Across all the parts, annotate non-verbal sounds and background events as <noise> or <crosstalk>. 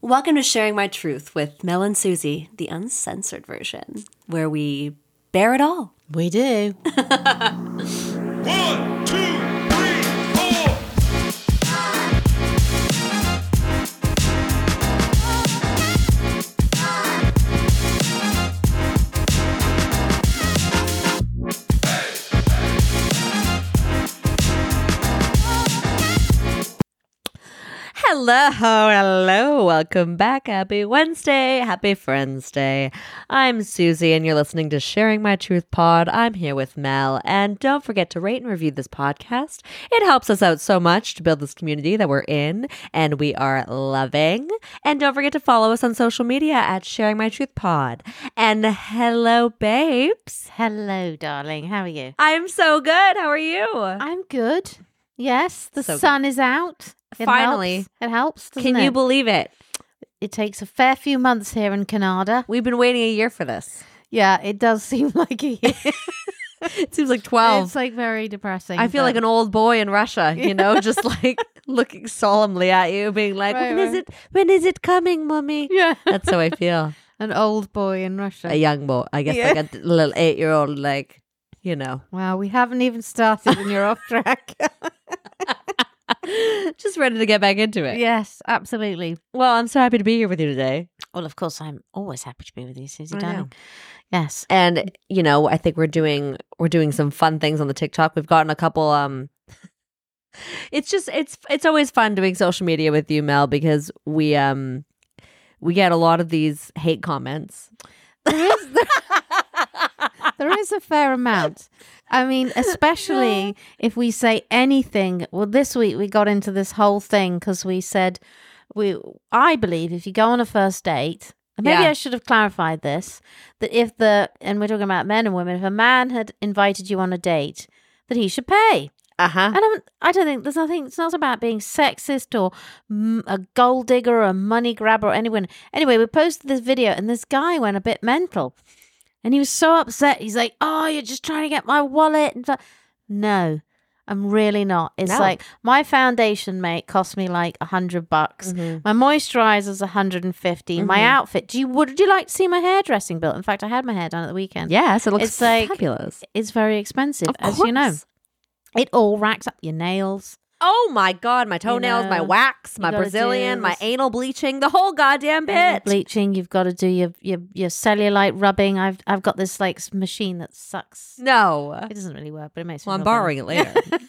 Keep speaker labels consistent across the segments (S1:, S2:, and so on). S1: Welcome to Sharing My Truth with Mel and Susie, the uncensored version, where we bear it all.
S2: We do.
S3: One, two, three, four.
S2: Hello, hello. Welcome back. Happy Wednesday. Happy Friends Day. I'm Susie, and you're listening to Sharing My Truth Pod. I'm here with Mel. And don't forget to rate and review this podcast. It helps us out so much to build this community that we're in and we are loving. And don't forget to follow us on social media at Sharing My Truth Pod. And hello, babes.
S4: Hello, darling. How are you?
S2: I'm so good. How are you?
S4: I'm good. Yes, the
S2: So good.
S4: sun is out. It
S2: Finally.
S4: helps. it helps. Doesn't
S2: Can you
S4: it?
S2: believe it?
S4: it takes a fair few months here in Canada.
S2: We've been waiting a year for
S4: <laughs>
S2: this.
S4: Yeah, it does seem like a <laughs> year.
S2: It seems like 12.
S4: it's like very depressing.
S2: I feel like
S4: but-
S2: an old boy in Russia, you
S4: <laughs>
S2: know, just like looking solemnly at you, being like,
S4: Right,
S2: "When is
S4: right.
S2: it? When is it coming, mummy?"
S4: <laughs> yeah,
S2: That's how I feel.
S4: an old boy in Russia.
S2: A young boy, I guess,
S4: Yeah.
S2: like a little eight-year-old, like you
S4: <laughs>
S2: know,
S4: Wow, we haven't even started, and you're <laughs> off track.
S2: <laughs> just ready to get back into it.
S4: yes, absolutely.
S2: Well, I'm so happy to be here with you today,
S4: Well, of course, I'm always happy to be with you, Susie,
S2: I
S4: darling. Yes.
S2: and you know, I think we're doing we're doing some fun things on the TikTok. We've gotten a couple. um It's just it's it's always fun doing social media with you, Mel, because we um we get a lot of these hate comments.
S4: There is, there is a fair amount. I mean, especially if we say anything. Well, this week we got into this whole thing because we said we. I believe if you go on a first date, and maybe
S2: Yeah.
S4: I should have clarified this that if the and we're talking about men and women, if a man had invited you on a date, that he should pay.
S2: Uh huh.
S4: I don't. I don't think there's nothing. It's not about being sexist or mm, a gold digger or a money grabber or anyone. Anyway, we posted this video and this guy went a bit mental, and he was so upset. He's like, "Oh, you're just trying to get my wallet." And fa- no, I'm really not. It's
S2: No.
S4: like my foundation, mate, cost me like a hundred bucks. My moisturizer's 150. My
S2: Mhm.
S4: outfit. Do you would you like to see my hairdressing bill? In fact, I had my hair done at the weekend.
S2: Yes, it looks
S4: It's like-
S2: fabulous.
S4: It's very expensive, as you know. It all racks up your nails.
S2: Oh my god, my toenails, my
S4: know,
S2: wax,
S4: you
S2: my
S4: gotta
S2: Brazilian,
S4: do
S2: my
S4: this-
S2: anal bleaching, the whole goddamn
S4: And the
S2: bit.
S4: bleaching. You've got to do your, your your cellulite rubbing. I've I've got this like s- machine that sucks.
S2: no.
S4: It doesn't really work, but it makes. me
S2: Mm. Well, I'm
S4: feel better.
S2: borrowing it later.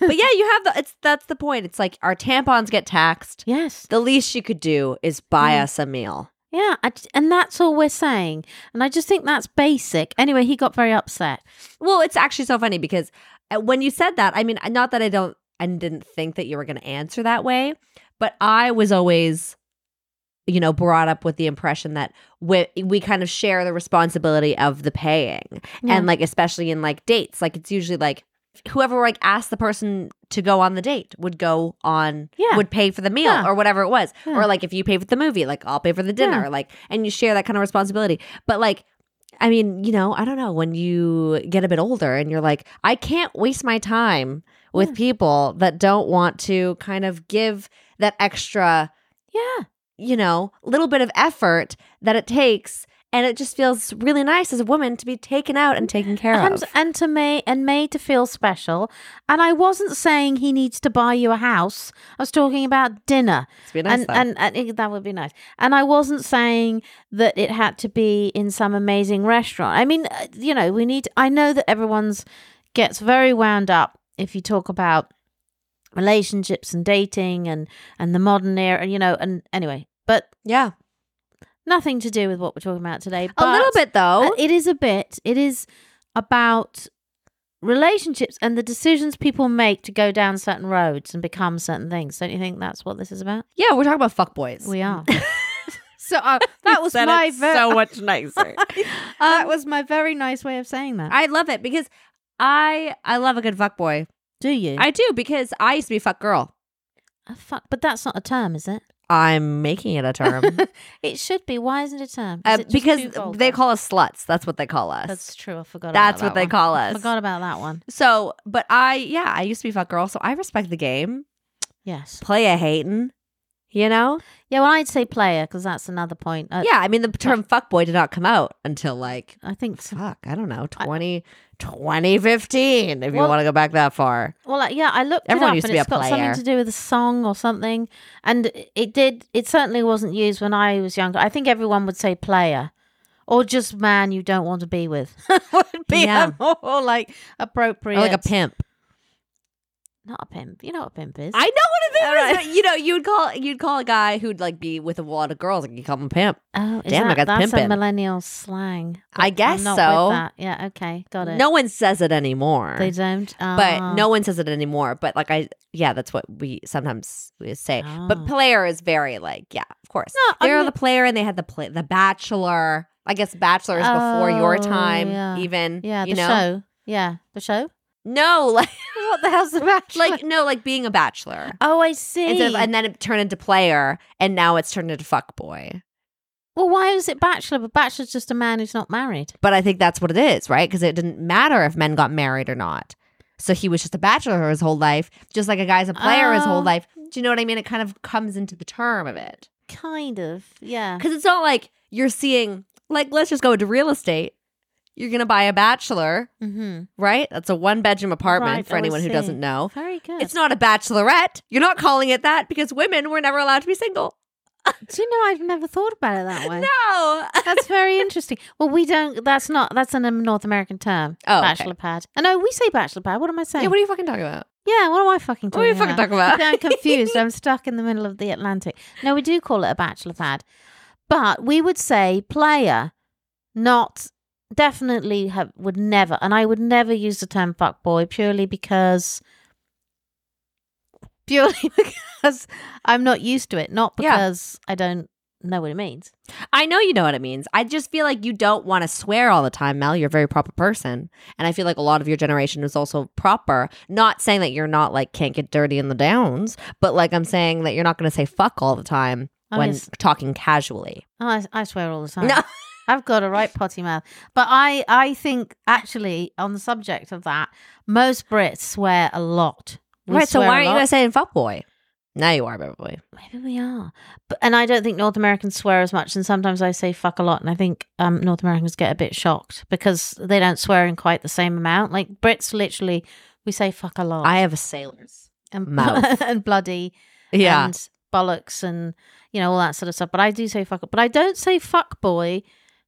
S2: but yeah, you have the it's that's the point. It's like our tampons get taxed.
S4: <laughs> Yes.
S2: The least you could do is buy
S4: Mm-hmm.
S2: us a meal.
S4: Yeah. I j- and that's all we're saying. And I just think that's basic. Anyway, he got very upset.
S2: Well, it's actually so funny because uh, when you said that, I mean, not that I don't and didn't think that you were going to answer that way, but I was always you know brought up with the impression that we, we kind of share the responsibility of the paying
S4: Yeah.
S2: and like especially in like dates like it's usually like whoever like asked the person to go on the date would go on
S4: Yeah.
S2: would pay for the meal
S4: Yeah.
S2: or whatever it was
S4: Yeah.
S2: or like if you pay for the movie like i'll pay for the dinner
S4: Yeah.
S2: like and you share that kind of responsibility but like I mean, you know, I don't know when you get a bit older and you're like, I can't waste my time with
S4: Yeah.
S2: people that don't want to kind of give that extra,
S4: Yeah.
S2: you know, little bit of effort that it takes. And it just feels really nice as a woman to be taken out and taken care
S4: And,
S2: of.
S4: and to May and made to feel special. And I wasn't saying he needs to buy you a house. I was talking about dinner.
S2: It's been nice,
S4: and,
S2: though.
S4: and and it- that would be nice. And I wasn't saying that it had to be in some amazing restaurant. I mean, uh, you know, we need. I know that everyone's gets very wound up if you talk about relationships and dating and and the modern era. You know, and anyway, but
S2: yeah.
S4: nothing to do with what we're talking about today.
S2: a little bit,
S4: but-
S2: though.
S4: uh, It is a bit. It is about relationships and the decisions people make to go down certain roads and become certain things. Don't you think that's what this is about?
S2: yeah, we're talking about fuckboys.
S4: We are.
S2: <laughs>
S4: so uh, that was
S2: Said
S4: my
S2: it
S4: very
S2: <laughs> so much
S4: <laughs>
S2: nicer.
S4: that was my very nice way of saying that.
S2: I love it because I I love a good fuckboy.
S4: Do you?
S2: I do because I used to be a fuck girl.
S4: I fuck, but that's not a term, is it?
S2: I'm making it a <laughs> term.
S4: It should be. Why isn't it a term? Is
S2: Uh,
S4: it just
S2: because
S4: too vulgar?
S2: they call us sluts. That's what they call us.
S4: That's true. I forgot.
S2: That's
S4: about
S2: what
S4: that
S2: they
S4: one.
S2: call
S4: I
S2: us.
S4: forgot about that one.
S2: So, but I, yeah, I used to be fuck girl, so I respect the game.
S4: Yes.
S2: Play a hating, You know?
S4: Yeah, well, I'd say player because that's another point. Uh,
S2: yeah, I mean, the term fuckboy did not come out until like,
S4: I think. So.
S2: fuck, I don't know, 20, 2015, if you
S4: Well-
S2: want to go back that far.
S4: Well, like, yeah, I looked
S2: Everyone
S4: it up
S2: used
S4: and
S2: to be
S4: it's
S2: a
S4: got
S2: player.
S4: something to do with a song or something. And it did. It certainly wasn't used when I was younger. I think everyone would say player. Or just man you don't want to be with <laughs> would be
S2: Yeah.
S4: a more like appropriate.
S2: Or like a pimp.
S4: Not a pimp. You know what a pimp is.
S2: I know what it is.
S4: All right.
S2: but, you know, you'd call you'd call a guy who'd like be with a lot of girls and you call him a pimp.
S4: oh, is
S2: Damn, I
S4: that,
S2: got
S4: that's
S2: pimpin'.
S4: a millennial slang.
S2: I
S4: But
S2: guess
S4: I'm not
S2: so.
S4: With that. Yeah. Okay. Got it.
S2: No one says it anymore.
S4: they don't.
S2: but
S4: Ah.
S2: no one says it anymore. But like I, yeah, that's what we sometimes we say.
S4: Ah.
S2: But player is very like, yeah, of course.
S4: No, I
S2: They're
S4: mean-
S2: the player, and they had the play, the Bachelor. I guess Bachelor is before your
S4: Oh,
S2: time,
S4: yeah.
S2: even.
S4: Yeah. The
S2: you know,
S4: show. Yeah. The show.
S2: no, <laughs> like
S4: What the hell's the bachelor?
S2: like no, like being a bachelor.
S4: oh, I see.
S2: Instead of- and then it turned into player, and now it's turned into fuck boy.
S4: well, why was it bachelor? But bachelor's just a man who's not married.
S2: But I think that's what it is, right? Because it didn't matter if men got married or not. So he was just a bachelor his whole life, just like a guy's a player his
S4: Oh.
S2: whole life. Do you know what I mean? It kind of comes into the term of it.
S4: Kind of. Yeah.
S2: Because it's not like you're seeing, like, let's just go into real estate. You're going to buy a bachelor,
S4: Mm-hmm.
S2: right? That's a one bedroom apartment
S4: Right,
S2: for
S4: I
S2: anyone who
S4: see.
S2: doesn't know.
S4: Very good.
S2: It's not a bachelorette. You're not calling it that because women were never allowed to be single.
S4: Do you know I've never thought about it that <laughs> way.
S2: No. <laughs>
S4: That's very interesting. Well, we don't. That's not. That's an um, North American term.
S2: Oh, okay.
S4: bachelor pad. And no, we say bachelor pad. What am I saying?
S2: yeah, what are you fucking talking about?
S4: Yeah, what am I fucking
S2: What are
S4: talking
S2: you fucking
S4: about?
S2: talking about?
S4: I'm confused. I'm stuck in the middle of the Atlantic. No, we do call it a bachelor pad, but we would say player, not definitely have, would never, and I would never use the term fuckboy purely because purely <laughs> because I'm not used to it, not
S2: Yeah.
S4: because I don't know what it means.
S2: I know you know what it means. I just feel like you don't want to swear all the time, Mel. You're a very proper person. And I feel like a lot of your generation is also proper. Not saying that you're not like can't get dirty in the downs, but like I'm saying that you're not going to say fuck all the time
S4: I
S2: when
S4: guess-
S2: talking casually.
S4: Oh, I, I swear all the time.
S2: No.
S4: I've got a right potty mouth. But I, I think actually on the subject of that, most Brits swear a lot. We
S2: right. So
S4: swear a
S2: why aren't you
S4: lot.
S2: guys saying fuck boy? Now you are, probably.
S4: Maybe we are. But, and I don't think North Americans swear as much. And sometimes I say fuck a lot. And I think um, North Americans get a bit shocked because they don't swear in quite the same amount. Like Brits literally, we say fuck a lot.
S2: I have a sailor's.
S4: and,
S2: mouth.
S4: <laughs> and bloody
S2: Yeah.
S4: and bollocks and you know all that sort of stuff. But I do say fuck, but I don't say fuck boy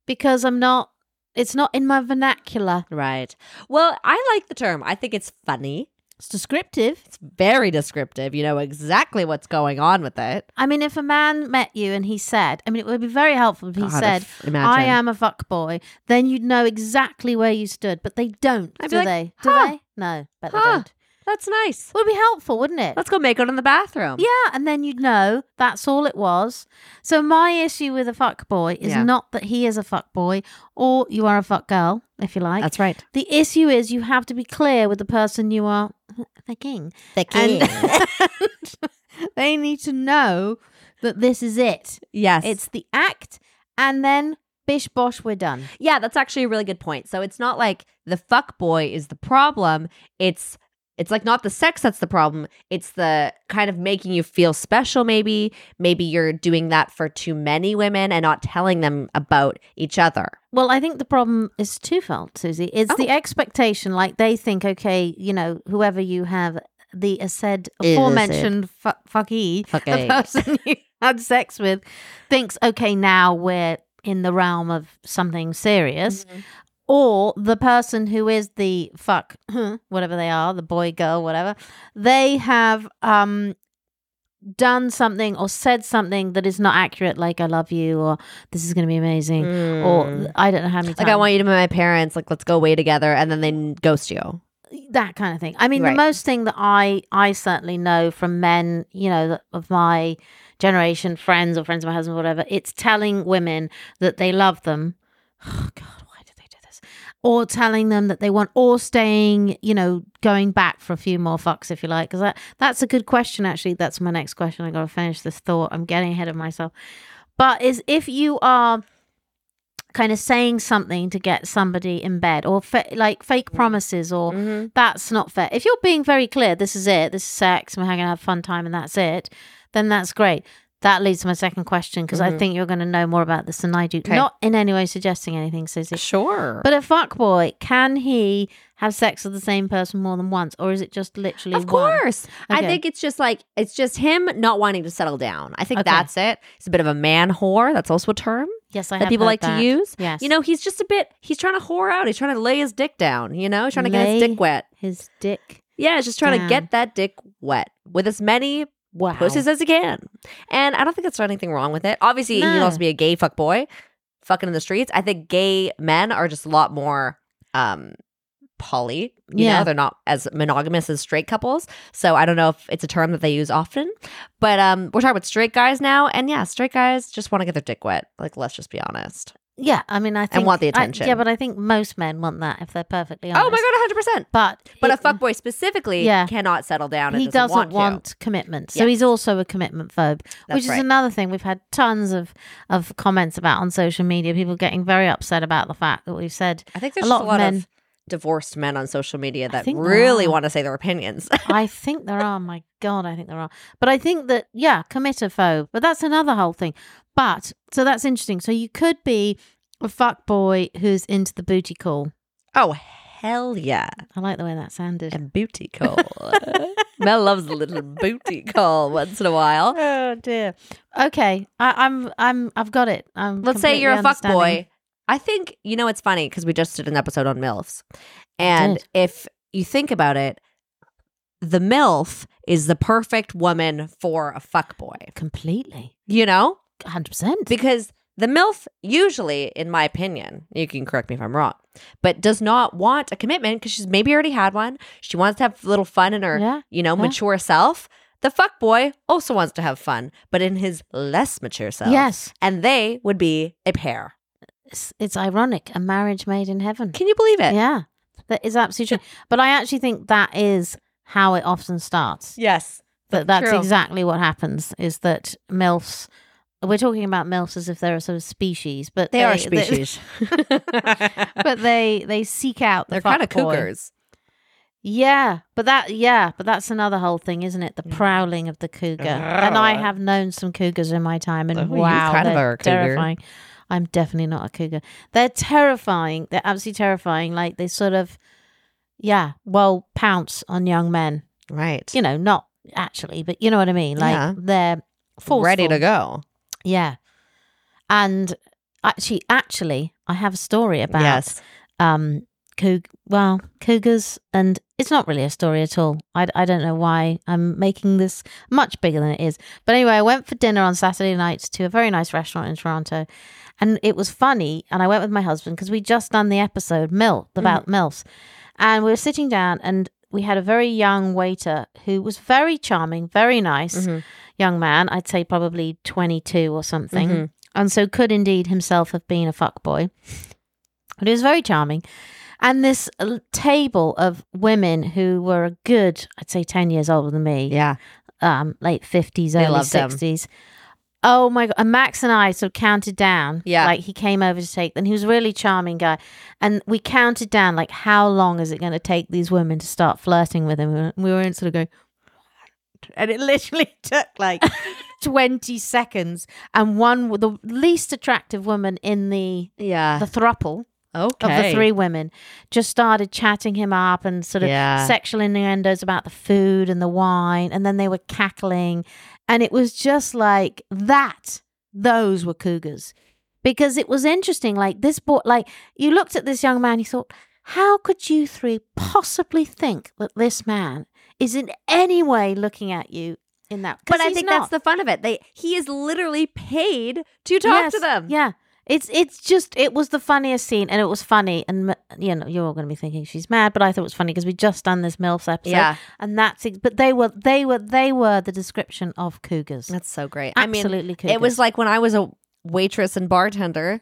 S4: because I'm not. It's not in my vernacular.
S2: right. Well, I like the term. I think it's funny.
S4: It's descriptive.
S2: It's very descriptive. You know exactly what's going on with it.
S4: I mean, if a man met you and he said, I mean, it would be very helpful if he
S2: God,
S4: said,
S2: if- imagine.
S4: "I am a fuck boy," then you'd know exactly where you stood. But they don't,
S2: I'd be
S4: do
S2: like,
S4: they? Do
S2: "Huh.
S4: they? No, but they
S2: Huh.
S4: don't.
S2: That's nice.
S4: It would be helpful, wouldn't it?
S2: Let's go make out in the bathroom.
S4: Yeah, and then you'd know that's all it was. So my issue with a fuck boy is
S2: Yeah.
S4: not that he is a fuck boy or you are a fuck girl, if you like.
S2: That's right.
S4: the issue is you have to be clear with the person you are fucking.
S2: The
S4: And <laughs> they need to know that this is it.
S2: <laughs> yes.
S4: It's the act and then bish bosh we're done.
S2: yeah, that's actually a really good point. So it's not like the fuck boy is the problem. It's it's like not the sex that's the problem. It's the kind of making you feel special maybe. Maybe you're doing that for too many women and not telling them about each other.
S4: Well, I think the problem is twofold, Susie. It's the expectation, like they think, okay, you know, whoever you have, the said
S2: Is
S4: aforementioned fu- fucky,
S2: <laughs>
S4: the
S2: Fucky.
S4: <laughs> person you had sex with, thinks, okay, now we're in the realm of something
S2: Mm-hmm. Mm.
S4: serious. Or the person who is the fuck, <clears throat> whatever they are, the boy, girl, whatever, they have um, done something or said something that is not accurate, like I love you or this is going to be amazing
S2: Mm-hmm.
S4: or I don't know how many times.
S2: like I want you to be my parents, like let's go away together and then they ghost you.
S4: that kind of thing. I mean, the
S2: Right.
S4: most thing that I I certainly know from men, you know, that- of my generation, friends or friends of my husband, whatever, it's telling women that they love them. <sighs> Oh God, why did they do this? Or telling them that they want, or staying, you know, going back for a few more fucks, if you like, because that that's a good question. Actually, that's my next question. I got to finish this thought. I'm getting ahead of myself. But is if you are kind of saying something to get somebody in bed or fa- like fake promises or
S2: Mm-hmm.
S4: that's not fair. If you're being very clear, this is it, this is sex, we're having a fun time and that's it, then that's great. That leads to my second question because I think you're going to know more about this than I do. Not in any way suggesting anything, Susie.
S2: Sure.
S4: But a fuckboy, can he have sex with the same person more than once, or is it just literally
S2: Of
S4: one?
S2: course. I
S4: Okay.
S2: think it's just like it's just him not wanting to settle down. I think
S4: Okay.
S2: that's it. He's a bit of a man whore. That's also a term
S4: Yes, I
S2: that
S4: have
S2: people
S4: heard
S2: like
S4: that.
S2: to use.
S4: Yes,
S2: You know, he's just a bit he's trying to whore out. He's trying to lay his dick down, you know? He's trying to get his
S4: Lay-
S2: dick wet.
S4: his dick.
S2: Yeah, he's just trying
S4: down.
S2: to get that dick wet with as many
S4: Wow.
S2: pussies as he can. And I don't think that's anything wrong with it. Obviously, you
S4: No.
S2: can also be a gay fuck boy fucking in the streets. I think gay men are just a lot more um poly. You
S4: Yeah.
S2: know, they're not as monogamous as straight couples. So I don't know if it's a term that they use often. But um we're talking about straight guys now. And yeah, straight guys just want to get their dick wet. Like let's just be honest.
S4: Yeah, I mean, I think
S2: want the
S4: I-
S2: attention.
S4: yeah, but I think most men want that if they're perfectly honest.
S2: Oh my god, hundred percent.
S4: But
S2: But
S4: he-
S2: a fuckboy specifically
S4: Yeah.
S2: cannot settle down. And
S4: he doesn't want,
S2: want. to.
S4: commitment, so
S2: Yes.
S4: he's also a commitment phobe, which
S2: That's
S4: is
S2: right.
S4: another thing we've had tons of of comments about on social media. People getting very upset about the fact that we've said
S2: I think there's just
S4: a lot of
S2: a lot
S4: men-
S2: of divorced men on social media that
S4: think there
S2: really
S4: are.
S2: want to say their opinions. <laughs>
S4: I think there are. My God, I think there are. But I think that, yeah, committophobe. But that's another whole thing. But so that's interesting. So you could be a fuck boy who's into the booty call.
S2: Oh hell yeah,
S4: I like the way that sounded.
S2: a booty call. Mel loves a little booty call once in a while.
S4: Oh dear. Okay, I, I'm, I'm, I've got it. I'm
S2: Let's say you're a
S4: completely
S2: fuck
S4: understanding.
S2: boy. I think you know it's funny because we just did an episode on milfs, and
S4: did.
S2: if you think about it, the milf is the perfect woman for a fuck boy.
S4: Completely,
S2: You know,
S4: hundred percent.
S2: because the milf usually, in my opinion, you can correct me if I'm wrong, but does not want a commitment because she's maybe already had one. She wants to have a little fun in her
S4: Yeah,
S2: you know,
S4: Yeah.
S2: mature self. The fuck boy also wants to have fun, but in his less mature self.
S4: yes.
S2: And they would be a pair.
S4: It's, it's ironic. A marriage made in heaven.
S2: Can you believe it?
S4: Yeah, that is absolutely true. But I actually think that is how it often starts.
S2: Yes.
S4: But that's
S2: True.
S4: exactly what happens is that MILFs, we're talking about MILFs as if they're a sort of species, but
S2: They, are <laughs> species.
S4: <laughs> but they, they seek out the
S2: They're kind of
S4: fuckboy.
S2: cougars.
S4: Yeah, but that yeah, but that's another whole thing, isn't it? The prowling of the cougar. And I have known some cougars in my time, and
S2: Oh, you
S4: wow,
S2: kind of
S4: they're
S2: are a cougar.
S4: terrifying. I'm definitely not a cougar. They're terrifying. They're absolutely terrifying. Like they sort of, yeah, well, pounce on young men.
S2: Right.
S4: You know, not actually, but you know what I mean. Like
S2: Yeah.
S4: they're forceful.
S2: Ready to go.
S4: Yeah, and actually, actually, I have a story about
S2: Yes.
S4: um coug well cougars and it's not really a story at all I, I don't know why i'm making this much bigger than it is but anyway i went for dinner on saturday night to a very nice restaurant in toronto and it was funny and i went with my husband because we just done the episode milk about milfs and we were sitting down and we had a very young waiter who was very charming very nice
S2: Mhm.
S4: young man i'd say probably 22 or something
S2: Mhm.
S4: and so could indeed himself have been a fuck boy but he was very charming. And this uh, table of women who were a good, I'd say, 10 years older than me,
S2: Yeah.
S4: um, late 50s,
S2: They
S4: early
S2: loved him.
S4: 60s. Oh my God. And Max and I sort of counted down.
S2: Yeah.
S4: Like he came over to take, and he was a really charming guy. And we counted down, like, how long is it going to take these women to start flirting with him? And we were in sort of going, and it <laughs> literally took
S2: <laughs>
S4: like 20 seconds. And one, the least attractive woman in the,
S2: Yeah.
S4: the thruple
S2: okay.
S4: of the three women just started chatting him up and sort of
S2: Yeah.
S4: sexual innuendos about the food and the wine and then they were cackling and it was just like that those were cougars because it was interesting like this boy like you looked at this young man you thought how could you three possibly think that this man is in any way looking at you in that 'cause
S2: But I
S4: he's
S2: think
S4: not.
S2: that's the fun of it. They he is literally paid to talk to
S4: Yes,
S2: them.
S4: Yeah. It's it's just it was the funniest scene and it was funny and m- you know you're all going to be thinking she's mad but I thought it was funny because we just done this MILFs episode
S2: Yeah.
S4: and that's ex- but they were they were they were the description of cougars.
S2: That's so great. I mean,
S4: Absolutely cougars.
S2: It was like when I was a waitress and bartender.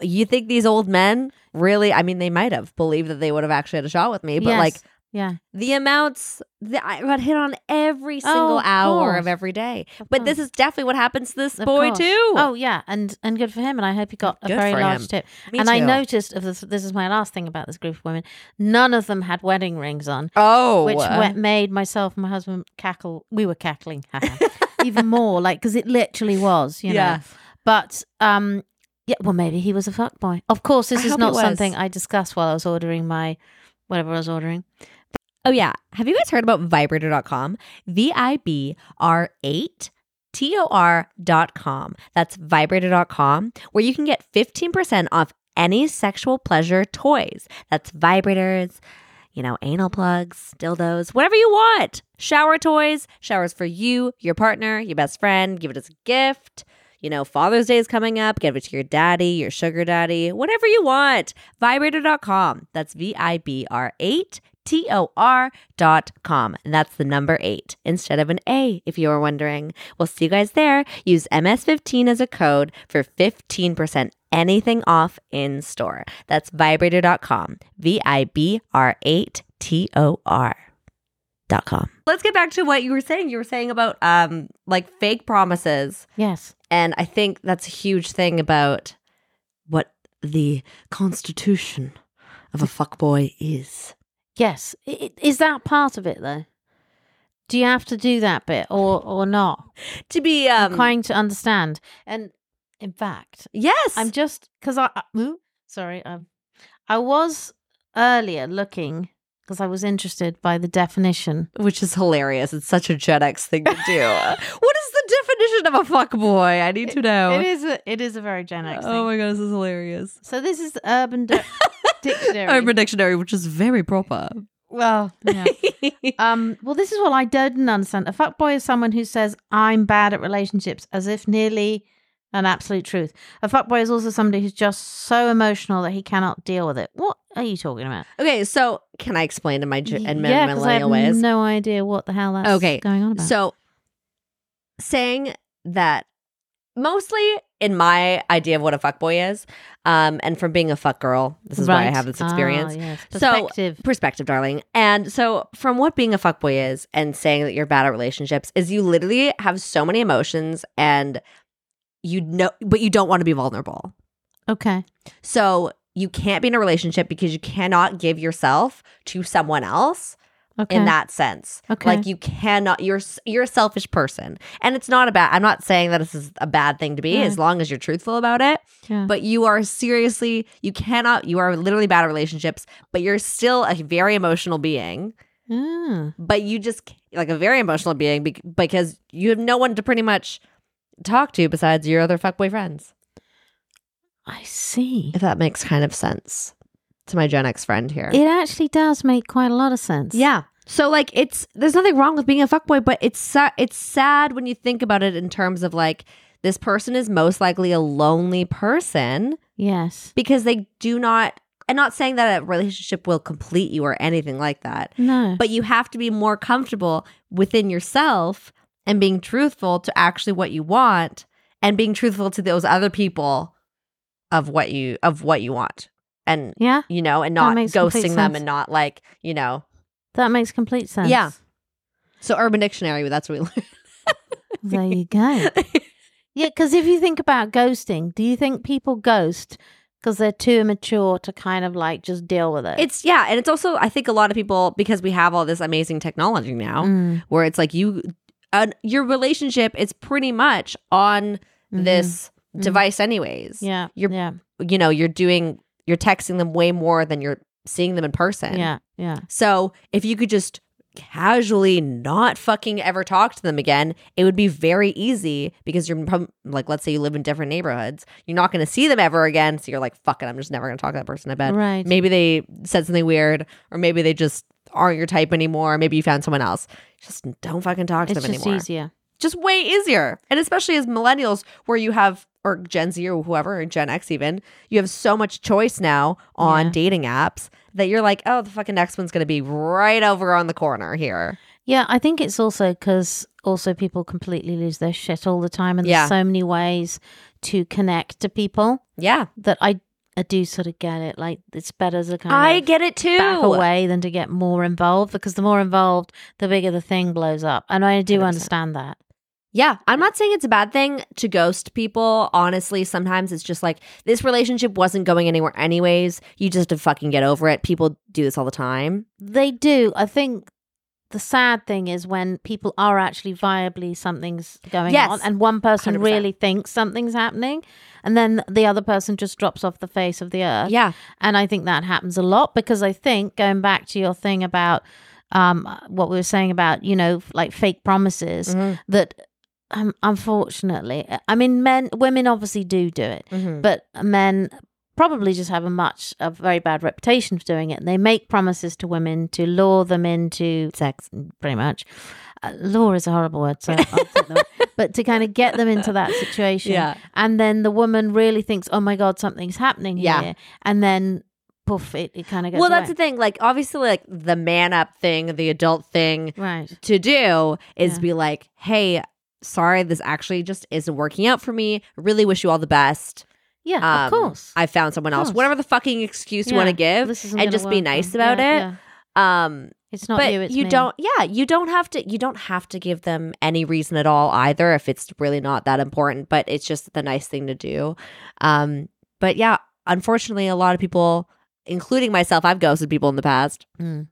S2: You think these old men really? I mean, they might have believed that they would have actually had a shot with me, but
S4: Yes.
S2: like
S4: yeah.
S2: the amounts that I got hit on every
S4: Oh,
S2: single
S4: of
S2: hour
S4: course.
S2: of every day.
S4: Of
S2: But this
S4: course.
S2: is definitely what happens to this
S4: Of
S2: boy
S4: course.
S2: too.
S4: Oh yeah, and and good for him. And I hope he got a
S2: Good
S4: very
S2: for
S4: large
S2: him.
S4: tip.
S2: Me
S4: and I
S2: too.
S4: noticed of this. This is my last thing about this group of women. None of them had wedding rings on.
S2: oh,
S4: which wet made myself and my husband cackle. We were cackling. haha. even more, like because it literally was, you
S2: Yeah.
S4: know. But um, yeah, well, maybe he was a fuck boy. Of course, this
S2: I
S4: is
S2: hope
S4: not
S2: he was.
S4: something I discussed while I was ordering my whatever I was ordering.
S2: Oh, yeah. Have you guys heard about vibrator.com? V I B R 8 T O R.com. That's vibrator.com, where you can get 15% off any sexual pleasure toys. That's vibrators, you know, anal plugs, dildos, whatever you want. Shower toys, showers for you, your partner, your best friend. Give it as a gift. You know, Father's Day is coming up. Give it to your daddy, your sugar daddy, whatever you want. Vibrator.com. That's V I B R 8 T O R.com. And that's the number eight instead of an A, if you were wondering. We'll see you guys there. Use MS15 as a code for 15% anything off in store. That's vibrator.com. V I B R 8 T O R. Dot com. Let's get back to what you were saying. You were saying about um like fake promises
S4: Yes.
S2: and I think that's a huge thing about what the constitution of a fuckboy is.
S4: Yes. I- i- Is that part of it though? Do you have to do that bit or or not?
S2: To be um,
S4: I'm trying to understand. And in fact,
S2: yes.
S4: I'm just because I, I ooh, sorry, um, I was earlier looking because I was interested by the definition.
S2: which is hilarious. It's such a Gen X thing to do. <laughs> what is the definition of a fuckboy? I need to know.
S4: It is a it is a very Gen X thing.
S2: oh my god, this is hilarious.
S4: So this is the
S2: <laughs>
S4: Urban Di- Dictionary.
S2: Urban Dictionary, which is very <laughs> proper.
S4: Well, yeah.
S2: Uh,
S4: um, well, this is what I didn't understand. A fuckboy is someone who says I'm bad at relationships, as if nearly an absolute truth. A fuckboy is also somebody who's just so emotional that he cannot deal with it. What are you talking about?
S2: okay, so can I explain in my gen- and my
S4: yeah, 'cause I have
S2: millennial ways?
S4: no idea what the hell that's
S2: Okay,
S4: going on about.
S2: So, saying that mostly in my idea of what a fuckboy is, um, and from being a fuck girl, this is why I
S4: Right.
S2: have this
S4: Ah,
S2: experience.
S4: yes.
S2: So-
S4: Perspective.
S2: Perspective, darling. And so, from what being a fuckboy is and saying that you're bad at relationships, is you literally have so many emotions and you know, but you don't want to be vulnerable.
S4: okay.
S2: So you can't be in a relationship because you cannot give yourself to someone else
S4: Okay.
S2: in that sense.
S4: Okay.
S2: Like you cannot you're s- you're a selfish person. And it's not a bad I'm not saying that this is a bad thing to be
S4: Yeah.
S2: as long as you're truthful about it,
S4: Yeah.
S2: but you are seriously you cannot you are literally bad at relationships, but you're still a very emotional being,
S4: Ah,
S2: but you just c- like a very emotional being bec- because you have no one to pretty much talk to besides your other fuckboy friends
S4: I see.
S2: if that makes kind of sense to my Gen X friend here.
S4: It actually does make quite a lot of sense.
S2: yeah. So like it's there's nothing wrong with being a fuckboy, but it's sa- it's sad when you think about it in terms of like this person is most likely a lonely person
S4: Yes.
S2: because they do not I'm not saying that a relationship will complete you or anything like that,
S4: No.
S2: but you have to be more comfortable within yourself and being truthful to actually what you want and being truthful to those other people of what you of what you want. And
S4: yeah.
S2: you know, and
S4: That
S2: not
S4: makes complete
S2: ghosting them
S4: sense.
S2: and not like, you know.
S4: That makes complete sense.
S2: Yeah. So Urban Dictionary, that's what we
S4: There
S2: <laughs>
S4: you go.
S2: learned.
S4: Yeah, because if you think about ghosting, do you think people ghost because they're too immature to kind of like just deal with
S2: <laughs>
S4: it?
S2: it's yeah, and it's also I think a lot of people because we have all this amazing technology now
S4: Mm,
S2: where it's like you uh, your relationship is pretty much on
S4: mhm.
S2: this
S4: Mhm.
S2: device anyways.
S4: Yeah.
S2: you're-
S4: yeah.
S2: You know, you're doing you're texting them way more than you're seeing them in person.
S4: Yeah. Yeah.
S2: So, if you could just casually not fucking ever talk to them again, it would be very easy because you're prob- like, let's say you live in different neighborhoods, you're not going to see them ever again. So you're like, fuck it, I'm just never going to talk to that person I bet
S4: Right.
S2: Uh, Maybe they said something weird, or maybe they just aren't your type anymore. Maybe you found someone else. Just don't fucking talk to
S4: It's
S2: them
S4: just
S2: anymore.
S4: easier.
S2: Just way easier. And especially as millennials, where you have, or Gen Z or whoever, or Gen X even, you have so much choice now on
S4: Yeah.
S2: dating apps that you're like, oh, the fucking next one's going to be right over on the corner here.
S4: Yeah, I think it's also because also people completely lose their shit all the time, and
S2: Yeah.
S4: there's so many ways to connect to people
S2: Yeah.
S4: that I I do sort of get it. Like it's better to kind of
S2: get it too.
S4: back away than to get more involved because the more involved, the bigger the thing blows up, and I do
S2: 100%.
S4: understand that.
S2: Yeah, I'm not saying it's a bad thing to ghost people. Honestly, sometimes it's just like this relationship wasn't going anywhere anyways. You just have to fucking get over it. People do this all the time.
S4: They do. I think the sad thing is when people are actually viably something's going
S1: Yes.
S4: on and one person
S1: 100%.
S4: really thinks something's happening and then the other person just drops off the face of the earth.
S1: Yeah.
S4: And I think that happens a lot because I think going back to your thing about um, what we were saying about, you know, like fake promises
S2: Mm-hmm.
S4: that um, unfortunately, uh, I mean, men, women obviously do do it,
S2: Mm-hmm.
S4: but men probably just have a much, a very bad reputation for doing it. And they make promises to women to lure them into sex, pretty much. Uh, lure is a horrible word, so I'll
S2: <laughs>
S4: take that. but to kind of get them into that situation.
S2: Yeah.
S4: And then the woman really thinks, oh my God, something's happening
S2: Yeah.
S4: here. And then poof, it, it kind of goes
S2: Well, that's the
S4: away.
S2: thing. Like, obviously, like the man up thing, the adult thing
S4: right.
S2: to do is
S4: Yeah.
S2: be like, hey, sorry, this actually just isn't working out for me. Really wish you all the best.
S4: Yeah, of
S2: Um,
S4: course.
S2: I found someone
S4: Of
S2: else.
S4: course.
S2: Whatever the fucking excuse you
S4: Yeah,
S2: want to give.
S4: this isn't
S2: and
S4: gonna
S2: just be
S4: work,
S2: nice
S4: yeah,
S2: about it.
S4: yeah.
S2: Um,
S4: It's not
S2: but
S4: you, it's me.
S2: don't yeah you don't have to you don't have to give them any reason at all either if it's really not that important but it's just the nice thing to do um but yeah unfortunately a lot of people including myself i've ghosted people in the past
S4: Mm.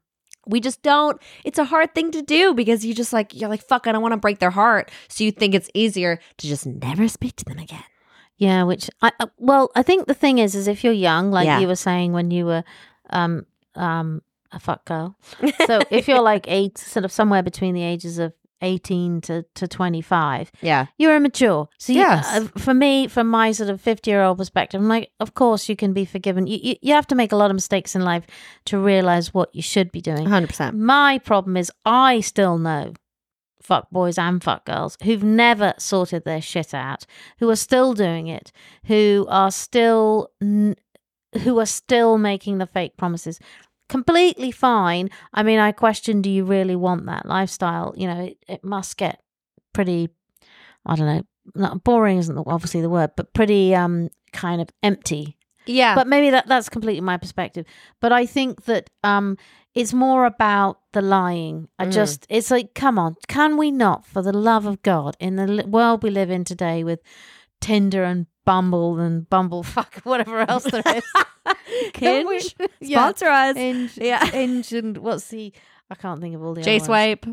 S2: we just don't it's a hard thing to do because you just like you're like fuck i don't want to break their heart so you think it's easier to just never speak to them again
S4: Yeah, which I uh, well, I think the thing is, is if you're young, like
S2: Yeah.
S4: you were saying when you were, um, um, a fuck girl. So if <laughs> you're like eight, sort of somewhere between the ages of eighteen to to twenty five,
S2: yeah
S4: you're immature. So you,
S2: Yes.
S4: uh, for me, from my sort of fifty year old perspective, I'm like, of course you can be forgiven. You, you you have to make a lot of mistakes in life to realize what you should be doing.
S2: 100%
S4: My problem is I still know fuck boys and fuck girls who've never sorted their shit out, who are still doing it, who are still n- who are still making the fake promises. Completely fine. I mean, I question do you really want that lifestyle? You know, it, it must get pretty I don't know, not boring isn't the, obviously the word, but pretty um kind of empty
S2: yeah
S4: but maybe that that's completely my perspective but i think that um it's more about the lying i
S2: Mm.
S4: just it's like come on can we not for the love of god in the li- world we live in today with tinder and bumble and bumble fuck <laughs> whatever else there
S2: <laughs>
S4: is can we-
S2: Hinge,
S4: yeah
S2: sponsor us
S4: Hinge,
S2: Yeah.
S4: Hinge and what's the i can't think of all the other
S2: j
S4: ones.
S2: swipe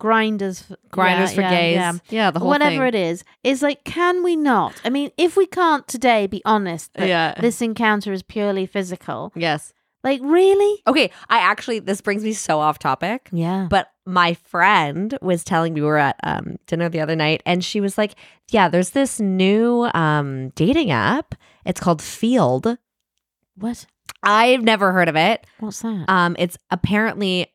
S4: grinders f-
S2: grinders
S4: yeah,
S2: for
S4: yeah,
S2: gays
S4: yeah
S2: yeah, the whole
S4: whatever
S2: thing
S4: it is is like can we not i mean if we can't today be honest that
S2: Yeah.
S4: this encounter is purely physical
S2: yes
S4: like really
S2: Okay, I actually this brings me so off topic,
S4: yeah
S2: but my friend was telling me we were at um, dinner the other night, and she was like, "Yeah, there's this new um, dating app. It's called Field.
S4: what
S2: I've never heard of it.
S4: what's that
S2: Um, it's apparently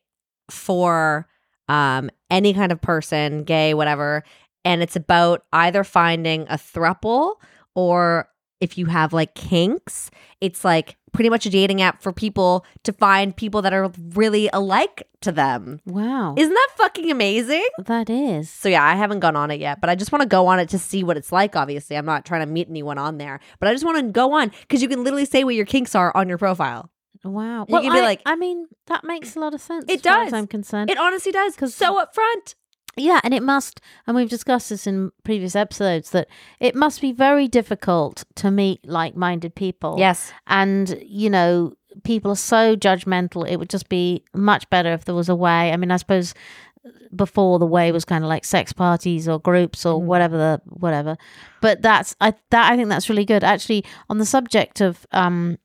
S2: for um, any kind of person, gay, whatever, and it's about either finding a thruple or if you have like kinks, it's like pretty much a dating app for people to find people that are really alike to them.
S4: wow
S2: Isn't that fucking amazing?
S4: that is
S2: So yeah, I haven't gone on it yet, but I just want to go on it to see what it's like. Obviously, I'm not trying to meet anyone on there, but I just want to go on because you can literally say what your kinks are on your profile.
S4: wow
S2: You can be
S4: I,
S2: like-
S4: i mean that makes a lot of sense
S2: It
S4: as far as
S2: does.
S4: i'm concerned
S2: It honestly does. Cause so upfront.
S4: yeah and it must and we've discussed this in previous episodes that it must be very difficult to meet like-minded people
S2: Yes.
S4: and you know people are so judgmental it would just be much better if there was a way i mean i suppose before the way was kind of like sex parties or groups or whatever the whatever but that's i that i think that's really good actually on the subject of um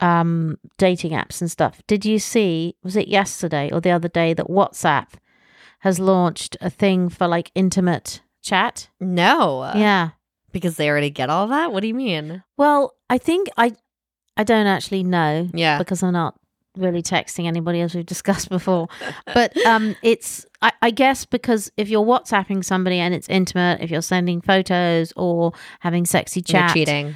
S4: um dating apps and stuff did you see was it yesterday or the other day that whatsapp has launched a thing for like intimate chat
S2: No. uh,
S4: yeah
S2: Because they already get all that? What do you mean?
S4: well i think i i don't actually know
S2: Yeah.
S4: because I'm not really texting anybody as we've <laughs> discussed before. but um, it's I, I guess because if you're WhatsApping somebody and it's intimate, if you're sending photos or having sexy
S2: You're
S4: chat,
S2: cheating.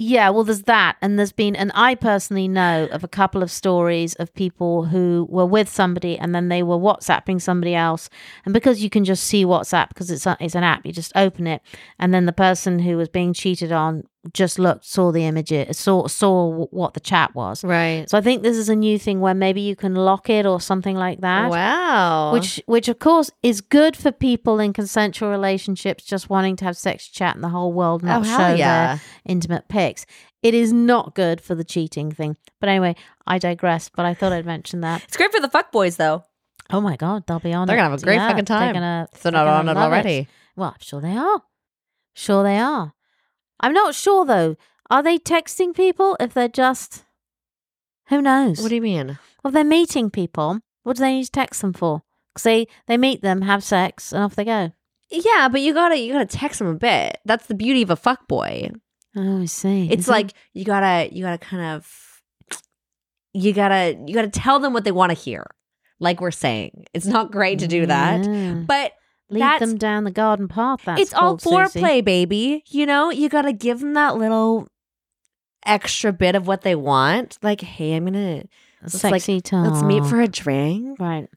S4: Yeah, well, there's that, and there's been, and I personally know of a couple of stories of people who were with somebody and then they were WhatsApping somebody else, and because you can just see WhatsApp because it's a, it's an app, you just open it, and then the person who was being cheated on just looked, saw the image, saw saw w- what the chat was,
S2: Right.
S4: so I think this is a new thing where maybe you can lock it or something like that.
S2: Wow. Which
S4: Which, which of course, is good for people in consensual relationships just wanting to have sex chat and the whole world not
S2: Oh, hell
S4: show
S2: yeah.
S4: their intimate pics. It is not good for the cheating thing. But anyway, I digress. But I thought I'd mention that.
S2: <gasps> it's great for the fuckboys though.
S4: Oh my God, they'll be on.
S2: They're
S4: it.
S2: gonna have a great
S4: Yeah,
S2: fucking time.
S4: They're gonna,
S2: If they're not on
S4: gonna
S2: it
S4: love
S2: already.
S4: Well, I'm sure they are. Sure they are. I'm not sure though. Are they texting people if they're just? Who knows?
S2: What do you mean?
S4: well, if they're meeting people. What do they need to text them for? Because they they meet them, have sex, and off they go.
S2: Yeah, but you gotta you gotta text them a bit. That's the beauty of a fuck boy.
S4: Oh, I see.
S2: It's like you gotta you gotta kind of you gotta you gotta tell them what they want to hear. Like we're saying, it's not great to do that, but
S4: Lead
S2: that's-
S4: them down the garden path. That's
S2: it's all
S4: called, Susie.
S2: foreplay, baby. You know, you gotta give them that little extra bit of what they want. Like, hey, I'm gonna It's like,
S4: Sexy time.
S2: let's meet for a drink.
S4: right.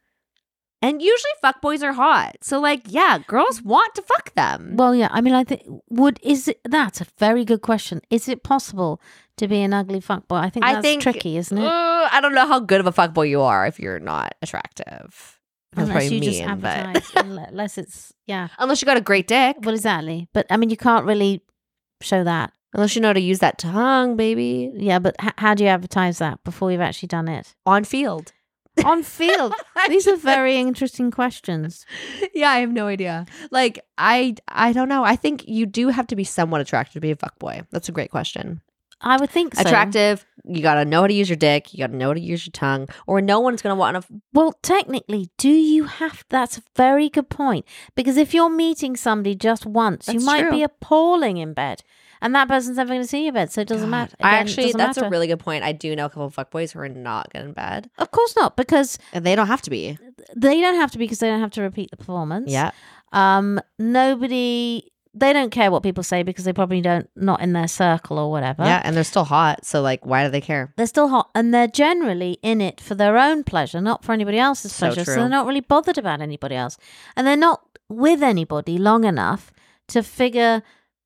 S2: And usually, fuck boys are hot, so like, yeah, girls want to fuck them.
S4: Well, yeah. I mean, I think would is it? That's a very good question. Is it possible to be an ugly fuckboy? I think
S2: I
S4: that's
S2: think-
S4: tricky, isn't it?
S2: Uh, I don't know how good of a fuckboy you are if you're not attractive. That's
S4: Unless
S2: probably
S4: you just
S2: mean, but-
S4: advertise, unle- unless it's <laughs> yeah.
S2: <laughs> Unless you got a great dick.
S4: Well, exactly. But I mean, you can't really show that.
S2: Unless you know how to use that tongue, baby.
S4: Yeah, but h- how do you advertise that before you've actually done it
S2: On
S4: <laughs>
S2: field. <laughs>
S4: on field? These are very interesting questions.
S2: yeah, I have no idea. Like, I I don't know. I think you do have to be somewhat attractive to be a fuckboy. That's a great question.
S4: I would think so.
S2: Attractive, you gotta know how to use your dick, you gotta know how to use your tongue, or no one's gonna want to
S4: Well, technically, do you have? That's a very good point because if you're meeting somebody just once,
S2: That's
S4: you might
S2: true.
S4: be appalling in bed, and that person's never going to see you in bed, so it doesn't matter.
S2: I
S4: Again, it
S2: actually
S4: doesn't
S2: that's a
S4: matter.
S2: really good point. I do know a couple of fuckboys who are not good in bed.
S4: of course not because
S2: And they don't have to be.
S4: they don't have to because they don't have to repeat the performance.
S2: Yeah.
S4: Um. Nobody. They don't care what people say because they probably don't not in their circle or whatever.
S2: Yeah, and they're still hot, so like why do they care?
S4: They're still hot and they're generally in it for their own pleasure, not for anybody else's
S2: So
S4: pleasure. So
S2: true.
S4: they're not really bothered about anybody else. And they're not with anybody long enough to figure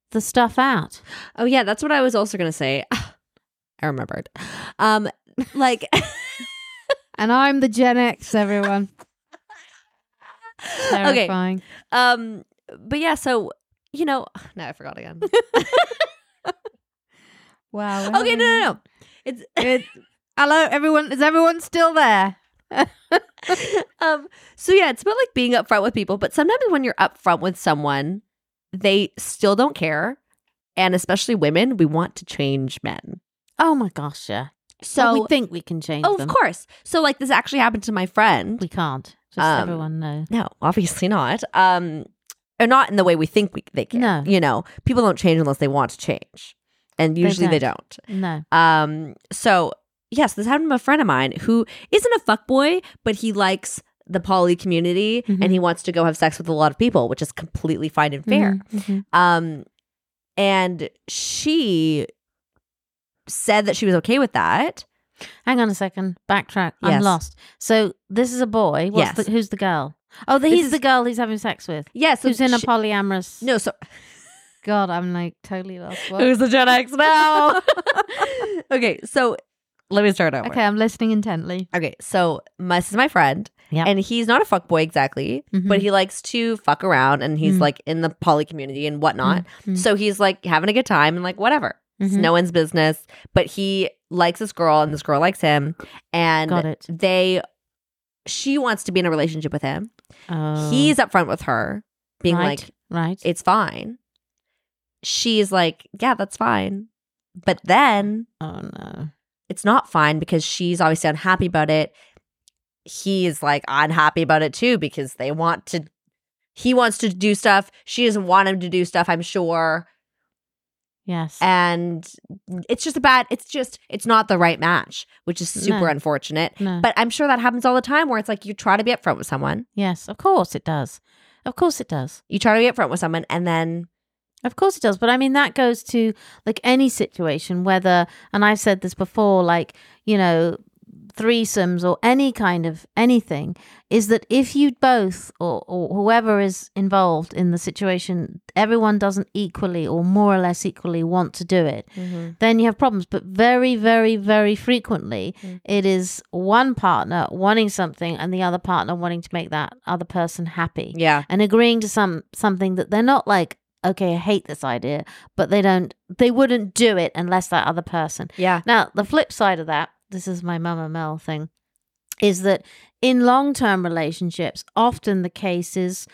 S4: the stuff out.
S2: Oh yeah, that's what I was also gonna say. <laughs> I remembered. Um, like <laughs>
S4: And I'm the Gen X, everyone.
S2: okay. Um, but yeah, so you know, <sighs> no, I forgot <laughs> again.
S5: Wow.
S2: okay, no, no, no. It's
S5: Hello, everyone. Is everyone still there?
S2: um. So yeah, it's about like being upfront with people, but sometimes when you're upfront with someone, they still don't care, and especially women, we want to change men.
S4: Oh my gosh, yeah.
S2: So
S4: we think we can change
S2: oh,
S4: them.
S2: of course. So like this actually happened to my friend.
S4: We can't. Just
S2: Um,
S4: everyone know.
S2: No, obviously not. Um, or not in the way we think we they can.
S4: No.
S2: You know, people don't change unless they want to change, and usually they don't.
S4: No.
S2: Um, so yes, this happened to a friend of mine who isn't a fuckboy, but he likes the poly community
S4: Mhm.
S2: and he wants to go have sex with a lot of people, which is completely fine and fair.
S4: Mhm.
S2: Um, and she said that she was okay with that.
S4: Hang on a second. Backtrack. I'm
S2: Yes.
S4: lost. So this is a boy. What's
S2: Yes.
S4: the, who's the girl? Oh, the,
S2: This
S4: he's
S2: is-
S4: the girl he's having sex with.
S2: Yes, yeah, so
S4: who's in a
S2: she-
S4: polyamorous?
S2: no, so
S5: God, I'm like totally lost. What?
S2: who's the Gen X now? <laughs> okay, so let me start over.
S5: Okay, I'm listening intently.
S2: Okay, so my, this is my friend,
S4: Yep.
S2: and he's not a fuckboy exactly, but
S4: Mhm.
S2: he likes to fuck around, and he's
S4: Mm.
S2: like in the poly community and whatnot.
S4: Mhm.
S2: So he's like having a good time and like whatever, it's
S4: Mhm.
S2: no one's business. But he likes this girl, and this girl likes him, and
S4: Got it.
S2: they, she wants to be in a relationship with him.
S4: Oh,
S2: He's upfront with her, being
S4: right,
S2: like,
S4: Oh, right.
S2: "It's fine." She's like, "Yeah, that's fine," but then
S4: oh no.
S2: it's not fine because she's obviously unhappy about it. He's like unhappy about it too because they want to, he wants to do stuff. She doesn't want him to do stuff, I'm sure.
S4: Yes.
S2: And it's just a bad, it's just, it's not the right match, which is super
S4: No.
S2: unfortunate.
S4: no.
S2: But I'm sure that happens all the time where it's like you try to be upfront with someone,
S4: yes, of course it does. Of course it does.
S2: you try to be upfront with someone, and then
S4: Of course it does. But I mean that goes to like any situation, whether and I've said this before, like, you know, threesomes or any kind of anything, is that if you both or, or whoever is involved in the situation, everyone doesn't equally or more or less equally want to do it. then you have problems. But very, very, very frequently, it is one partner wanting something and the other partner wanting to make that other person happy
S2: yeah.
S4: and agreeing to some something that they're not like. Okay, I hate this idea, but they don't. They wouldn't do it unless that other person.
S2: Yeah.
S4: Now, the flip side of that, this is my Mama Mel thing, is that in long term relationships, often the case is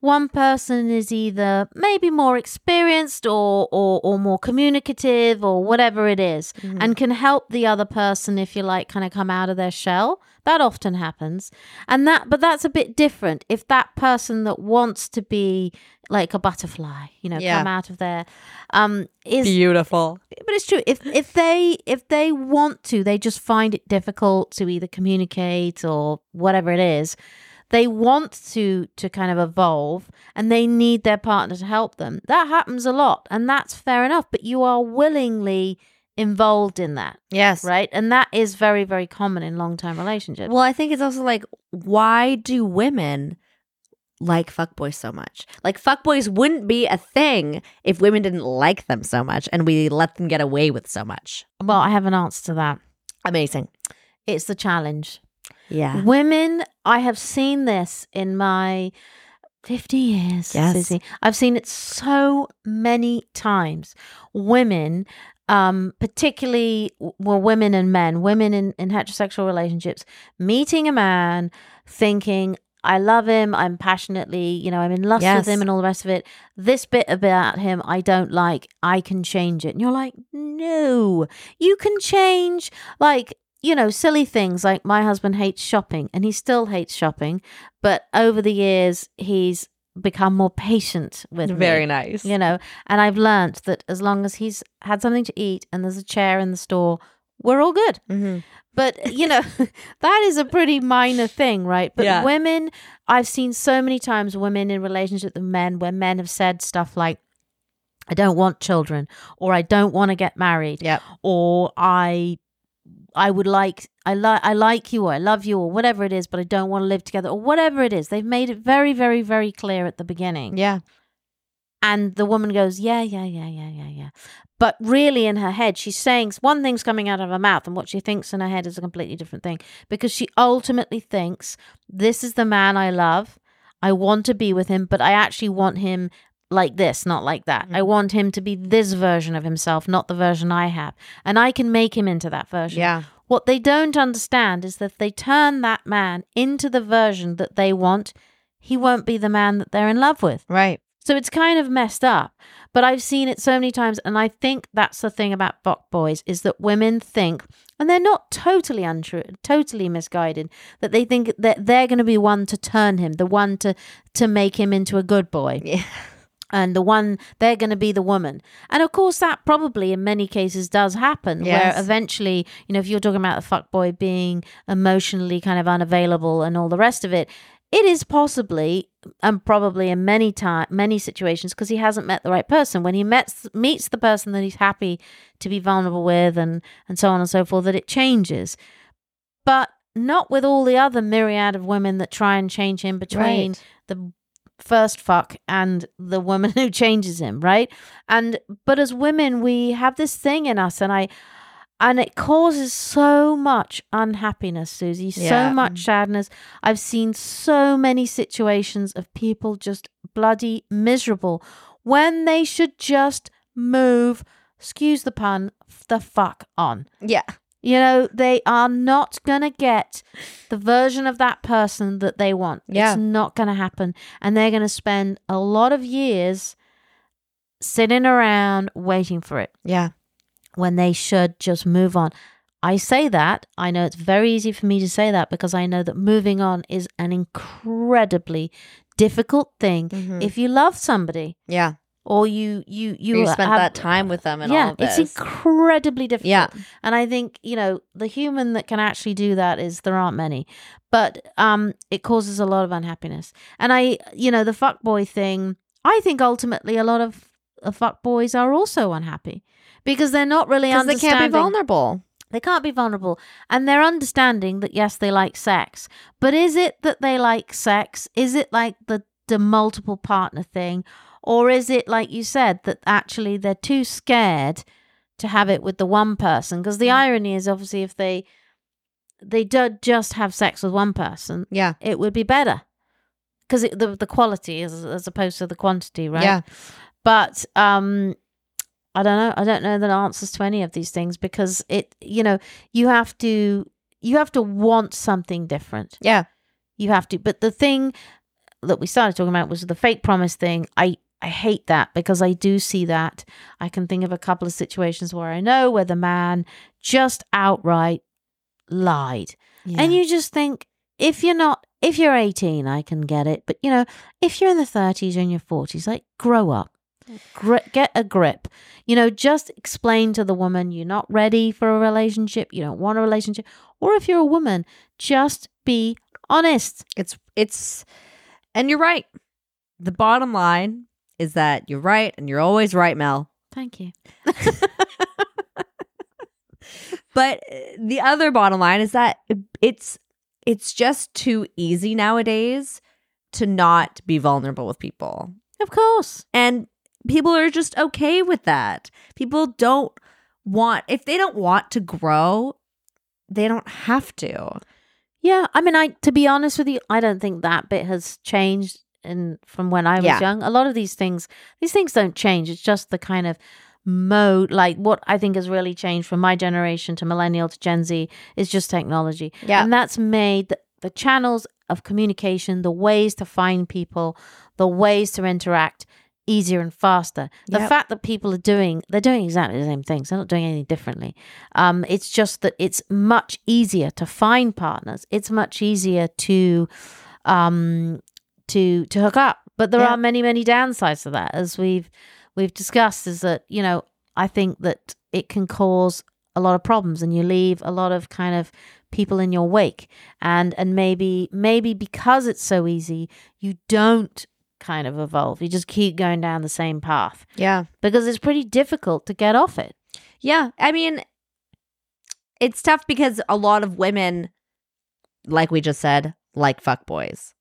S4: one person is either maybe more experienced or, or, or more communicative or whatever it is, and can help the other person, if you like, kind of come out of their shell. That often happens. And that, but that's a bit different if that person that wants to be like a butterfly, you know,
S5: Yeah.
S4: come out of their, um, is
S2: Beautiful.
S4: but it's true. If if they if they want to, they just find it difficult to either communicate or whatever it is. They want to to kind of evolve, and they need their partner to help them. That happens a lot, and that's fair enough. But you are willingly involved in that,
S5: Yes.
S4: right? And that is very very common in long term relationships.
S2: Well, I think it's also like, why do women like fuckboys so much? Like, fuckboys wouldn't be a thing if women didn't like them so much and we let them get away with so much.
S4: well, I have an answer to that.
S2: Amazing. Mm-hmm.
S4: It's the challenge.
S2: Yeah.
S4: Women, I have seen this in my 50 years,
S2: Yes.
S4: Susie. I've seen it so many times. Women, um, particularly, well, women and men, women in, in heterosexual relationships, meeting a man, thinking, I love him, I'm passionately, you know, I'm in lust
S2: Yes.
S4: with him and all the rest of it. This bit about him I don't like, I can change it. And you're like, no, you can change, like, you know, silly things like my husband hates shopping and he still hates shopping, but over the years he's become more patient with me,
S2: Very nice.
S4: You know, and I've learnt that as long as he's had something to eat and there's a chair in the store, we're all good.
S2: Mm-hmm.
S4: But
S2: <laughs>
S4: you know, <laughs> that is a pretty minor thing, right? But
S2: Yeah.
S4: women, I've seen so many times women in relationship with men where men have said stuff like, I don't want children, or I don't want to get married,
S5: Yep.
S4: or I I would like I like I like you or I love you or whatever it is, but I don't want to live together or whatever it is. They've made it very, very, very clear at the beginning.
S5: Yeah.
S4: And the woman goes, Yeah, yeah, yeah, yeah, yeah, yeah. But really, in her head, she's saying one thing's coming out of her mouth, and what she thinks in her head is a completely different thing because she ultimately thinks, This is the man I love. I want to be with him, but I actually want him like this, not like that. I want him to be this version of himself, not the version I have. And I can make him into that version.
S5: Yeah.
S4: What they don't understand is that if they turn that man into the version that they want, he won't be the man that they're in love with.
S5: Right.
S4: So it's kind of messed up. But I've seen it so many times. And I think that's the thing about fuck boys is that women think, and they're not totally untrue, totally misguided, that they think that they're going to be one to turn him, the one to, to make him into a good boy.
S2: Yeah.
S4: And the one, they're going to be the woman. And of course, that probably in many cases does happen
S5: Yes.
S4: where eventually, you know, if you're talking about the fuck boy being emotionally kind of unavailable and all the rest of it, it is possibly and probably in many time many situations because he hasn't met the right person when he meets meets the person that he's happy to be vulnerable with and and so on and so forth that it changes but not with all the other myriad of women that try and change him between
S5: Right.
S4: the first fuck and the woman <laughs> who changes him right and but as women we have this thing in us and i and it causes so much unhappiness susie
S5: Yeah.
S4: so much sadness i've seen so many situations of people just bloody miserable when they should just move excuse the pun the fuck on
S5: Yeah.
S4: you know, they are not going to get the version of that person that they want.
S5: Yeah.
S4: It's not going to happen. And they're going to spend a lot of years sitting around waiting for it
S5: Yeah.
S4: when they should just move on. I say that. I know it's very easy for me to say that because I know that moving on is an incredibly difficult thing if you love somebody
S2: Yeah.
S4: or you you you,
S2: Mm-hmm. You, spent
S4: have-
S2: that time with them and
S4: yeah,
S2: all of this.
S4: it's incredibly difficult.
S2: yeah.
S4: And I think, you know, the human that can actually do that is there aren't many. But um it causes a lot of unhappiness. And I, you know, the fuckboy thing, I think ultimately a lot of uh, fuckboys are also unhappy because they're not really
S2: Because they
S4: understanding.
S2: can't be vulnerable.
S4: They can't be vulnerable. And they're understanding that, yes, they like sex. But is it that they like sex? Is it like the, the multiple partner thing? Or is it, like you said, that actually they're too scared to have it with the one person? Because the irony is obviously if they they do just have sex with one person,
S5: Yeah.
S4: it would be better because the the quality is as opposed to the quantity, right?
S5: Yeah.
S4: But um, I don't know. I don't know the answers to any of these things because it, you know, you have to you have to want something different.
S5: Yeah.
S4: You have to. But the thing that we started talking about was the fake promise thing. I I hate that because I do see that. I can think of a couple of situations where I know where the man just outright lied. And you just think if you're not if you're 18, I can get it. But you know, if you're in the 30s and your 40s, like grow up. Gri- get a grip. You know, just explain to the woman you're not ready for a relationship, you don't want a relationship, or if you're a woman, just be honest.
S2: It's it's and you're right. The bottom line is that you're right and you're always right, Mel.
S4: Thank you.
S2: But uh, the other bottom line is that it's it's just too easy nowadays to not be vulnerable with people.
S4: Of course.
S2: And people are just okay with that. People don't want if they don't want to grow, they don't have to.
S4: Yeah, I mean, I to be honest with you, I don't think that bit has changed in from when I was
S2: Yeah.
S4: young. A lot of these things, these things don't change. It's just the kind of mode, like what I think has really changed from my generation to millennial to Gen Z is just technology,
S2: Yeah.
S4: and that's made the, the channels of communication, the ways to find people, the ways to interact easier and faster. The
S2: Yep.
S4: fact that people are doing they're doing exactly the same things. They're not doing anything differently. Um, it's just that it's much easier to find partners. It's much easier to um to to hook up. But there
S2: Yeah.
S4: are many, many downsides to that, as we've we've discussed, is that, you know, I think that it can cause a lot of problems and you leave a lot of kind of people in your wake. And and maybe maybe because it's so easy, you don't kind of evolve. You just keep going down the same path.
S2: Yeah.
S4: Because it's pretty difficult to get off it.
S2: Yeah, I mean, it's tough because a lot of women, like we just said, like fuckboys,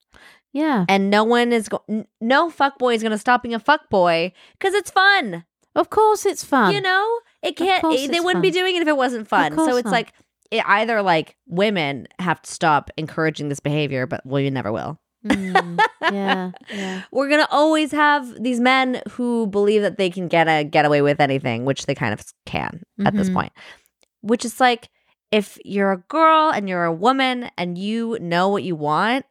S4: Yeah.
S2: and no one is go- n- no fuckboy is going to stop being a fuckboy because it's fun.
S4: Of course it's fun.
S2: You know, it can't.
S4: course
S2: eh, they
S4: it's
S2: wouldn't be
S4: fun.
S2: doing it if it wasn't fun. So
S4: course
S2: it's
S4: not.
S2: like it, either like women have to stop encouraging this behavior, but well, you never will.
S4: Mm, yeah. Yeah.
S2: We're gonna always have these men who believe that they can get a get away with anything, which they kind of can at this
S4: Mm-hmm.
S5: Mhm.
S2: point. Which is like if you're a girl and you're a woman and you know what you want,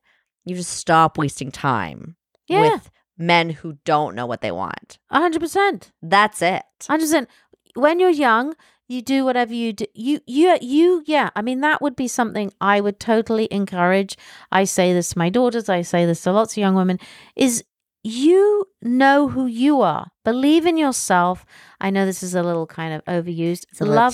S2: you just stop wasting time
S4: Yeah.
S2: <laughs> with men who don't know what they want.
S4: A hundred percent.
S2: That's it.
S4: I just said, when you're young, you do whatever you do. You, you, you, yeah. I mean, that would be something I would totally encourage. I say this to my daughters. I say this to lots of young women is you know who you are. Believe in yourself. I know this is a little kind of overused.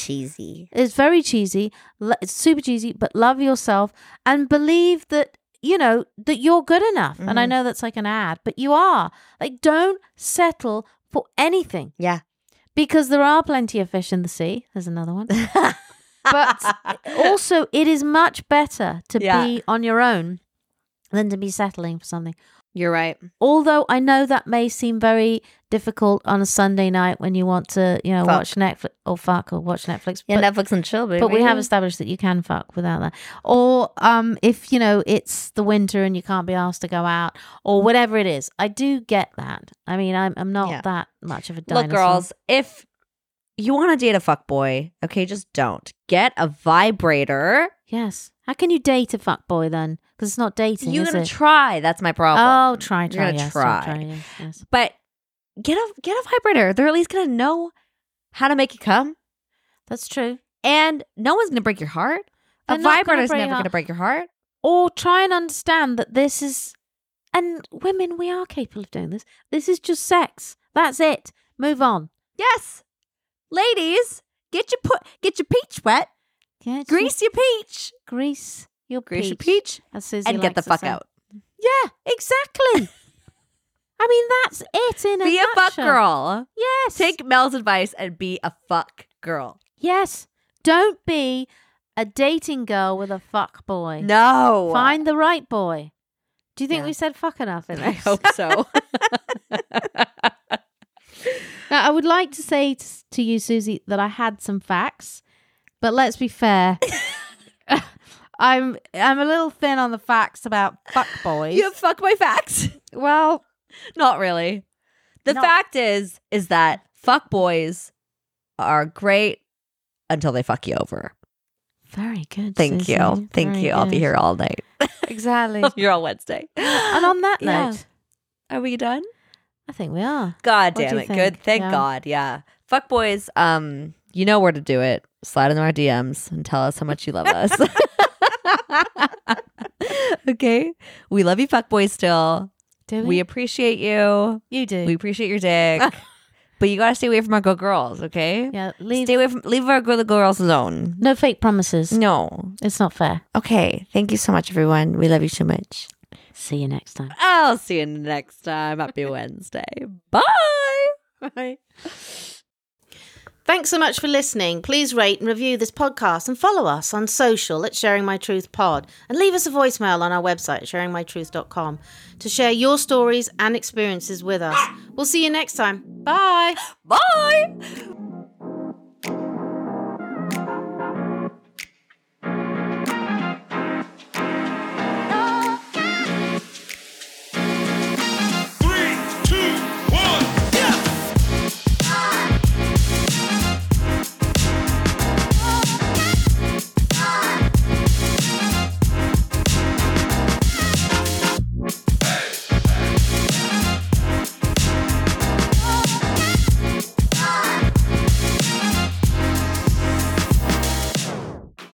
S2: cheesy.
S4: It's very cheesy. Lo- It's super cheesy, but love yourself and believe that you know that you're good enough. And I
S2: Mhm.
S4: know that's like an ad, but you are. Like, don't settle for anything.
S2: Yeah.
S4: Because there are plenty of fish in the sea. There's another
S2: <laughs>
S4: one. <laughs>
S2: But eh, oh,
S4: also, it is much better to
S2: Yeah.
S4: be on your own than to be settling for something.
S2: you're right.
S4: Although I know that may seem very difficult on a Sunday night when you want to, you know,
S2: Fuck.
S4: watch Netflix or fuck or watch Netflix.
S2: Yeah,
S4: but-
S2: Netflix and chill, baby.
S4: but we have established that you can fuck without that. Or um, if you know it's the winter and you can't be asked to go out, or whatever it is, I do get that. I mean, I'm I'm not
S2: Yeah.
S4: that much of a dinosaur.
S2: Look, girls, if you want to date a fuckboy, okay, just don't. Get a vibrator.
S4: Yes. How can you date a fuck boy then? Because it's not dating.
S2: You're
S4: is
S2: gonna
S4: it?
S2: try. That's my problem.
S4: Oh, try,
S2: You're
S4: try,
S2: gonna
S4: yes,
S2: try.
S4: yes, yes.
S2: But get a get a vibrator. They're at least gonna know how to make you come,
S4: That's true.
S2: and no one's gonna break your heart.
S4: They're
S2: a
S4: not gonna
S2: vibrator's
S4: break
S2: never
S4: your-
S2: gonna break your heart.
S4: Or try and understand that this is, and women, we are capable of doing this. This is just sex. That's it. Move on.
S2: Yes, ladies, get your put get your peach wet,
S4: Yeah, just
S2: grease your peach,
S4: grease your
S2: grease your peach,
S4: peach. as Susie
S2: and get the
S4: likes to
S2: fuck
S4: say.
S2: out.
S4: Yeah, exactly. I mean, that's it in a
S2: Be a fuck
S4: nutshell.
S2: girl.
S4: Yes.
S2: Take Mel's advice and be a fuck girl.
S4: yes. Don't be a dating girl with a fuck boy.
S2: No,
S4: Find the right boy. Do you think
S2: Yeah.
S4: we said fuck enough in
S2: <laughs> I <laughs>
S4: this? <laughs>
S2: hope so.
S5: Now, I would like to say t- to you, Susie, that I had some facts, but let's
S2: <laughs>
S4: <laughs>
S5: be fair. I'm I'm a little thin on the facts about
S2: <laughs>
S5: fuckboys.
S2: you have fuck my <laughs> facts.
S5: Well,
S2: Not really. The
S4: No.
S2: fact is, is that fuck boys are great until they fuck you over.
S4: Very good.
S2: Thank
S4: Susie.
S2: you. Thank
S4: Very
S2: you. I'll be
S4: good.
S2: here all night. <laughs>
S4: Exactly.
S2: You're all Wednesday.
S4: <gasps> and on that note,
S2: Yeah. Are we done?
S4: I think we are.
S2: God
S4: What do
S2: damn
S4: you
S2: it.
S4: think?
S2: Good. Thank
S4: Yeah.
S2: God. Yeah. Fuck boys. Um, you know where to do it. Slide into our DMs and tell us how much you love us. <laughs> okay. We love you, fuck boys, still.
S4: Do we?
S2: We appreciate you.
S4: you do.
S2: We appreciate your
S4: <laughs>
S2: dick. but you gotta stay away from our good girls, okay?
S4: yeah. Leave.
S2: Stay away from leave our good girls alone.
S4: no fake promises.
S2: No.
S4: It's not fair.
S2: Okay. Thank you so much, everyone. We love you so much.
S4: See you next time.
S2: I'll see you next time. Happy <laughs> Wednesday. Bye.
S4: Thanks so much for listening. Please rate and review this podcast and follow us on social at Sharing My Truth Pod and leave us a voicemail on our website, sharingmytruth.com, to share your stories and experiences with us. We'll see you next time. Bye.
S2: Bye.